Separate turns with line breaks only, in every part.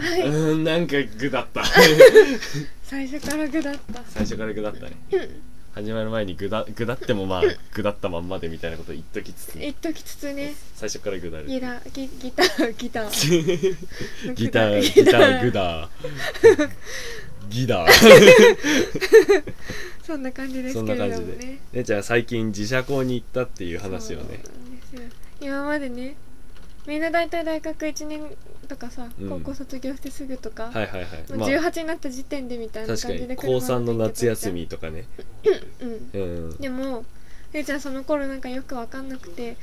はい
うんなんかグだった
最初からグだった
最初からグだったね始まる前にグだグだってもまあグだったまんまでみたいなこと言っときつつ
言っときつつね
最初からグだる
ギラギギターギター
ギタ ーギターグダーギダー
そんな感じで
そ
す
ん
け
な
れ
感
ど
じ
も
で
ね
ねちゃん最近自社校に行ったっていう話をね
そうなんですよ今までねみんな大体大学1年とかさ、
うん
高校卒業してすぐとか、
はいはいは
も
いうまあ
18になった時点でみたいな
確か
感じで
に高3の夏休みとかね
うん
うん
でも姉ちゃんその頃なんかよく分かんなくて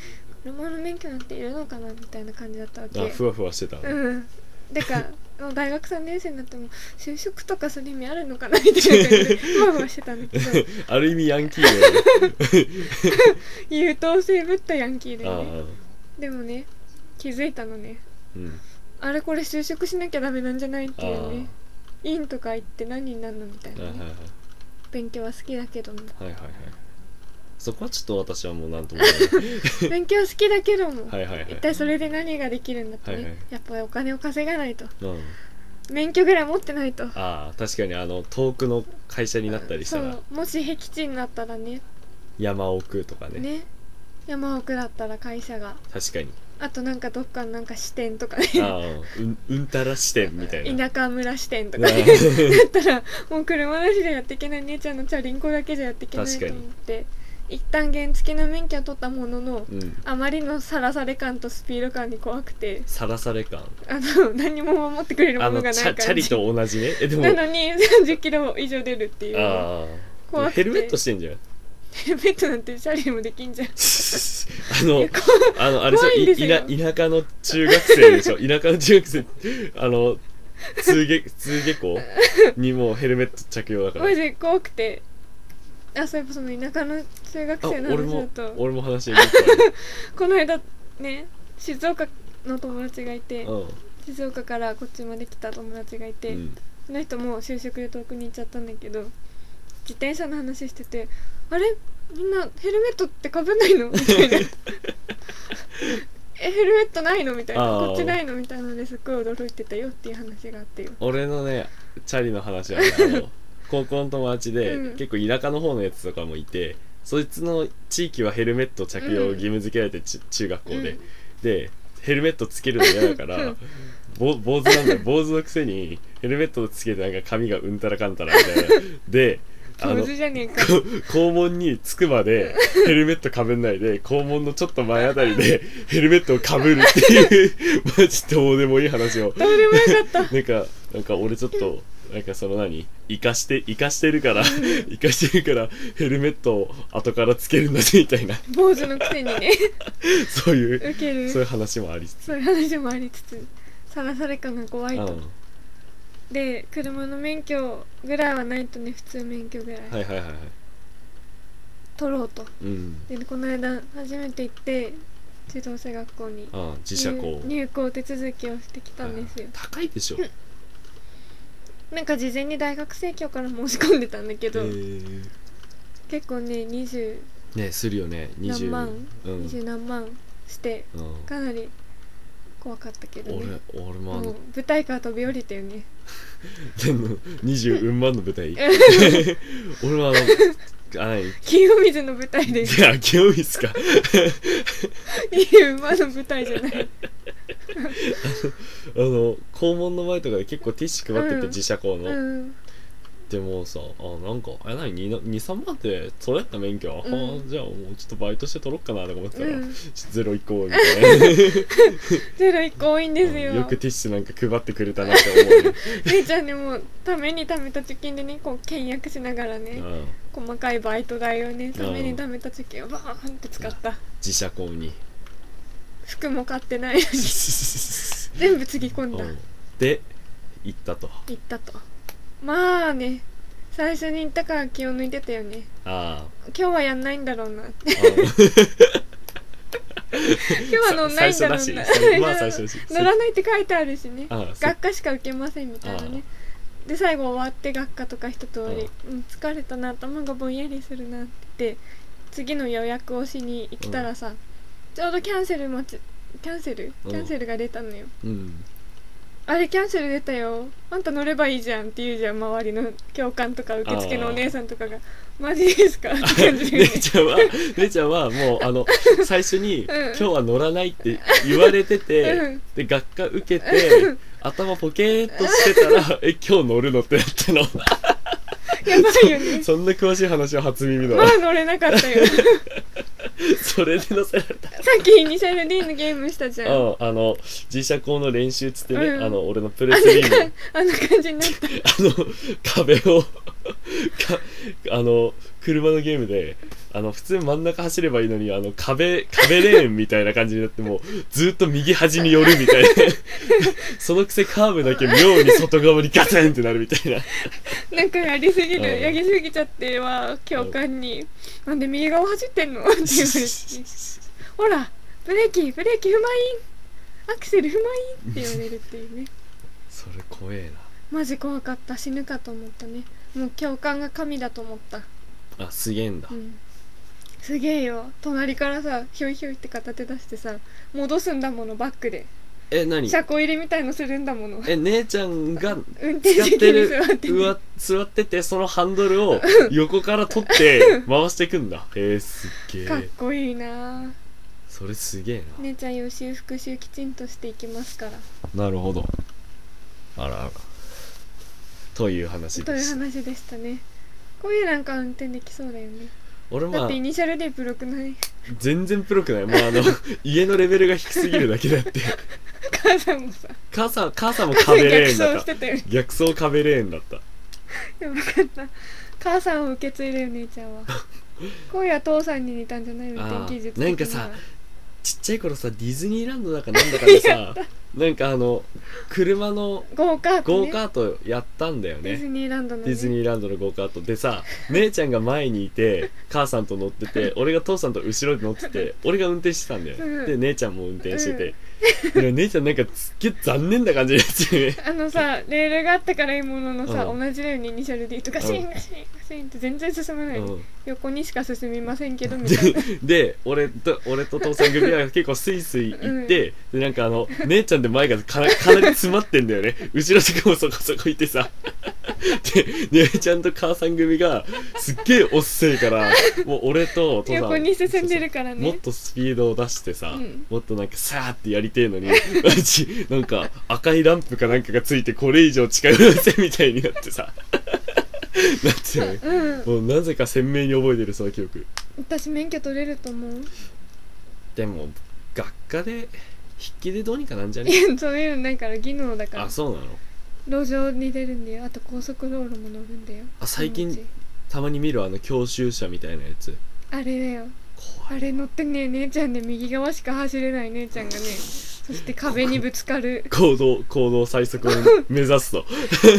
車の免許なんているのかなみたいな感じだったわけ
あふわふわしてたね
うんてかもう大学3年生になっても就職とかする意味あるのかなみたいな感じ でふわふわしてたんだけど
ある意味ヤンキーだ よね
優等生ぶったヤンキーで
ああ
ねでもね気づいたのね
うん
あれこれ就職しなきゃダメなんじゃないっていうね
あ
院とか行って何になるのみたい
あ
な、
はいはい
ね、勉強は好きだけども
はいはいはいはいそこはちょっと私はもうなんとも言え
勉強好きだけども、
ない はいはいはい
一体それで何ができるんだってね、
はいはい
やっぱりお金を稼がないと
うん
免許ぐらい持ってないと
ああ確かにあの遠くの会社になったりした
そ
ら
うもし僻地になったらね
山奥とかね
ね山奥だったら会社が
確かに
あとなんかどっかのなんか支店とか
あ
ね
あうんうんたら支店みたいな
田舎村支店とかね
うん
だったらもう車なしでやっていけない姉ちゃんのチャリンコだけじゃやっていけないと思って一旦原付の免許は取ったものの
うん
あまりのさらされ感とスピード感に怖くて
さらされ感
あの何も守ってくれる
あ
も
の
の
チ
がな
ャ
い
チャ
感
リ
じ
と同じねえでも
なのに30キロ以上出るっていう
ああ
怖くて
ヘルメットしてんじゃん あ
ヘルメットなんてチャリもできん じゃん
のあのあれでしょ
怖いんです
い
よ
いな田舎の中学生でし ょ田舎の中学生あの通下通下校にもうヘルメット着用だから
マジ 怖くてあそういえばその田舎の中学
あ
生の
俺
話だ
も
と
俺も話に行 く
この間ね静岡の友達がいて、
わうん
静岡からこっちまで来た友達がいて、
うん
その人も就職で遠くに行っちゃったんだけど自転車の話してて「あれみんなヘルメットってかぶんないの?」みたい な「えヘルメットないの?」みたいな
あー
「こっちないの?」みたいなのですっごい驚いてたよっていう話があってよ
俺のねチャリの話はねあ の高校の友達で、
うん
結構田舎の方のやつとかもいてそいつの地域はヘルメット着用を義務付けられて、ち中学校で、
うん
でヘルメットつけるの嫌だか
う
ら
ん
ぼ坊主な んだよ坊主のくせにヘルメットつけてなんか髪がうんたらかんたらみたいな であ
上
の
手じゃねえか
こ校門に着くまでヘルメットかぶんないで校門のちょっと前あたりでヘルメットをかぶるって いうマジどうでもいい話を
どうでもよかった
なんか、なんか俺ちょっと、なんかその何生かして、生かしてるから、生かしてるから、ヘルメットを後からつけるんだぜみたいな、
坊主のくせにね
そういう、
ウケる
そういう話もありつつ。
そういう話もありつつさらされ感が怖い
うん。
と、
はい
で車の免許ぐらいはないとね普通免許ぐらい、
はいはいはい。
取ろうと
うん。
でこの間初めて行って自動車学校に
ああ自社校
入。入校手続きをしてきたんですよ
はい高いでしょ。へ
なんか事前に大学生協から申し込んでたんだけど、
ー
結構ね20
ねするよね。20。
何万
うん。
20何万して
うん
かなり怖かったけどね
俺、俺もあ
もう
の、
舞台から飛び降りたよね
でも20うん万の舞台。俺もあ の、あ、何
清水の舞 台で
いや、清水か。
20万の舞台じゃ ない
あの校門の前とかで結構ティッシュ配ってて、
うん
自社校の、
うん
でもさあなんかあれ何23万って取れた免許、
うん
あじゃあもうちょっとバイトして取ろっかなとか思ってたら、
うん
ゼロ1個 みたい
ゼロ1個多いんですよ
なよくティッシュなんか配ってくれたなって思うよ、
姉ちゃんねもうために貯めた貯金でねこう倹約しながらね、
うん、
細かいバイト代をねために貯めた貯金をバーンって使った
自社校 に
服も買ってない のに全部つぎ込んだ
うんで行ったと
行ったとまあね最初に行ったから気を抜いてたよね
あ
今日はやんないんだろうな
ーあ
今日は乗んないんだろうな
さ最初だ しまあ最初だし
乗らないって書いてあるしね
あそう
学科しか受けませんみたいなねで最後終わって学科とか一通りうん疲れたな頭がぼんやりするなって言って次の予約をしに行ったらさ、ちょうどキャンセル待ちキャンセル
う
キ
ん
ャンセルが出たのよ、
うん
あれキャンセル出たよあんた乗ればいいじゃんって言うじゃん周りの教官とか受付のお姉さんとかがマジですかって感じで、
姉ちゃんは姉ちゃんはもうあの最初に、今日は乗らない」って言われてて、
うん
で学科受けて 頭ポケーっとしてたら「 え今日乗るの?」ってなっ たの
やばいよね
そんな詳しい話は初耳だ
ま
わ
あ乗れなかったよさ
それで乗せられた
っきイニシャル D のゲームしたじゃん
うんあの自社校の練習っつってね、
うん
あの俺のプレ
あ
ス
ん
リ
な
ーの
かあんな感じになった
あの壁を かあの車のゲームであの普通真ん中走ればいいのにあの壁壁レーンみたいな感じになってもうずっと右端に寄るみた いなそのくせカーブだけ妙に外側にガツンってなるみたいな
なんかやりすぎ
うん
るやりすぎちゃっては教官に「なんで右側走ってんの?」って言われて 「ほらブレーキブレーキ不満アクセル不満って言われるっていう ね
それ怖え
マジ怖かった死ぬかと思ったねもう教官が神だと思った
なあすげえんだ
うんすげえよ隣からさひょいひょいって片手出してさ戻すんだものバックで
え何
車庫入れみたいのするんだもの
え姉ちゃ んが
運転
使っ
席
て
に
る
座って
う
ね
わ座っててそのハンドルを横から取って回していくんだえー、すっげ
かっ
え
こいいな
それすげえな
姉ちゃん予習復習きちんとしていきますから
なるほどあらあらという話
と
で
いう
した
話でしたねこういうなんか運転できそうだよね
俺
だ
ま
っ
あ
てイニシャルでプロくない
全然プロくないもうあの家のレベルが低すぎるだけだ って
母さんもさ
母さん母さんも壁
逆
レーンだ
走
っ
したてたよね
逆走壁レーンだった
よかった母さんを受け継いだよ姉ちゃ んは声は父さんに似たんじゃない運転技術的には
あーなんかさちっちゃい頃さディズニーランドだかなんだか でさなんかあの車の
ゴーカート、ね、
ゴーカートやったんだよ
ディズ
ね
ニーランドの、ね、
ディズニーランドのゴーカートでさ姉ちゃんが前にいて母さんと乗ってて俺が父さんと後ろに乗ってて俺が運転してたんだよ、
うん
で姉ちゃんも運転してて、で姉ちゃんなんかすっげえ残念な感じでしたよね
あのさレールがあったからいいもののさ、
うん
同じようにイニシャル D とかシーンガシーンガシーンって全然進まない、
うん
横にしか進みませんけどみ たいな
でで俺と俺と父さん組は結構スイスイ行って、でなんかあの姉ちゃんで前がかなかなり詰まってんだよね後ろとかもそこそこいてさで姉ちゃんと母さん組がすっげえおっせえからもう俺と父さん
横に進んでるからね
もっとスピードを出してさ、
うん
もっとなんかさーってやりてえのにマジなんか赤いランプかなんかがついてこれ以上近寄らせみたいになってさ なってね
うん
もうなぜか鮮明に覚えてるその記憶
私免許取れると思う
でも学科で筆記でどうにかなんじゃ
い
ね
やそういうのないから技能だから
あそうなの
路上に出るんだよあと高速道路も乗るんだよ
あ最
その
近
うち
たまに見るあの教習車みたいなやつ
あれだよあ
怖い
れ乗ってね姉ちゃんで右側しか走れない姉ちゃんがねそして壁にぶつかる
行動行動最速を目指すと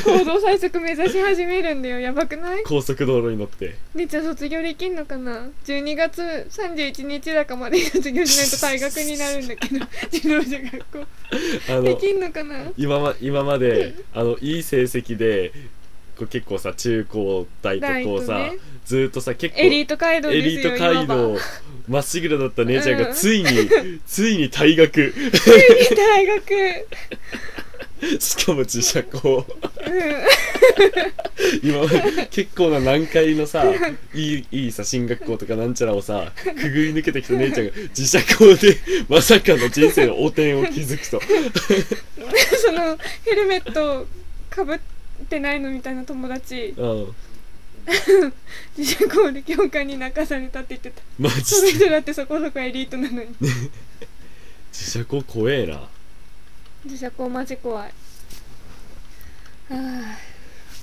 行動最速目指し始めるんだよやばくない
高速道路に乗って
姉ちゃん卒業できんのかな12月31日だかまで卒業しないと退学になるんだ けど自動車学校
あの
できんのかな
今ま今まであのいい成績でこう結構さ中高大とこうさ、
大とね
ずーっとさ結構
エリート街道
エ
で
リ
す
ー
よ今
ト街
は
道 まっしぐらだった姉ちゃん
う
が
ん
ついに、ついに退学
大学
しかも自社校
う
今まで結構な難解のさいいいいさ進学校とかなんちゃらをさくぐり抜けてきた姉ちゃんが自社校でまさかの人生の汚点を築くと
ん そのヘルメットかぶってないのみたいな友 達
うん
自社校で教官に泣かされたって言ってた
マ
その
ジで
人だってそこそこエリートなの に
自社校怖えな
自社校マジ怖いああ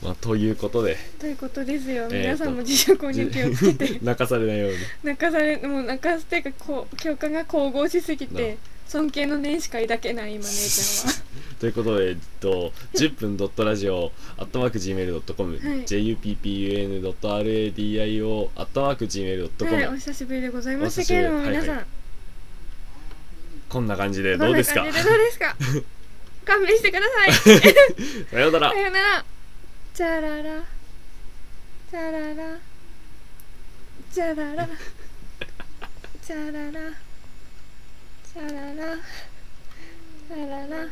まあということで
ということですよ、
えーと
皆さんも自社校に気をつけて
泣かされないように
泣かされもう泣かすっていうかこう教官が神々しすぎて尊敬の念しか抱けない今姉ちゃんは
ということで、えっと、10分ドットラジオ、アットマーク Gmail.com、
はい
juppun.radio、アットマーク Gmail.com、
はいお久しぶりでございました
お久し
け
ぶり
れども皆さん、
はいはこんな感じ
ど
で
ん
どう
な
ですか
感じでどうです か勘弁してください
さようなら
さよならチャララチャララチャララチャララチャララチャララ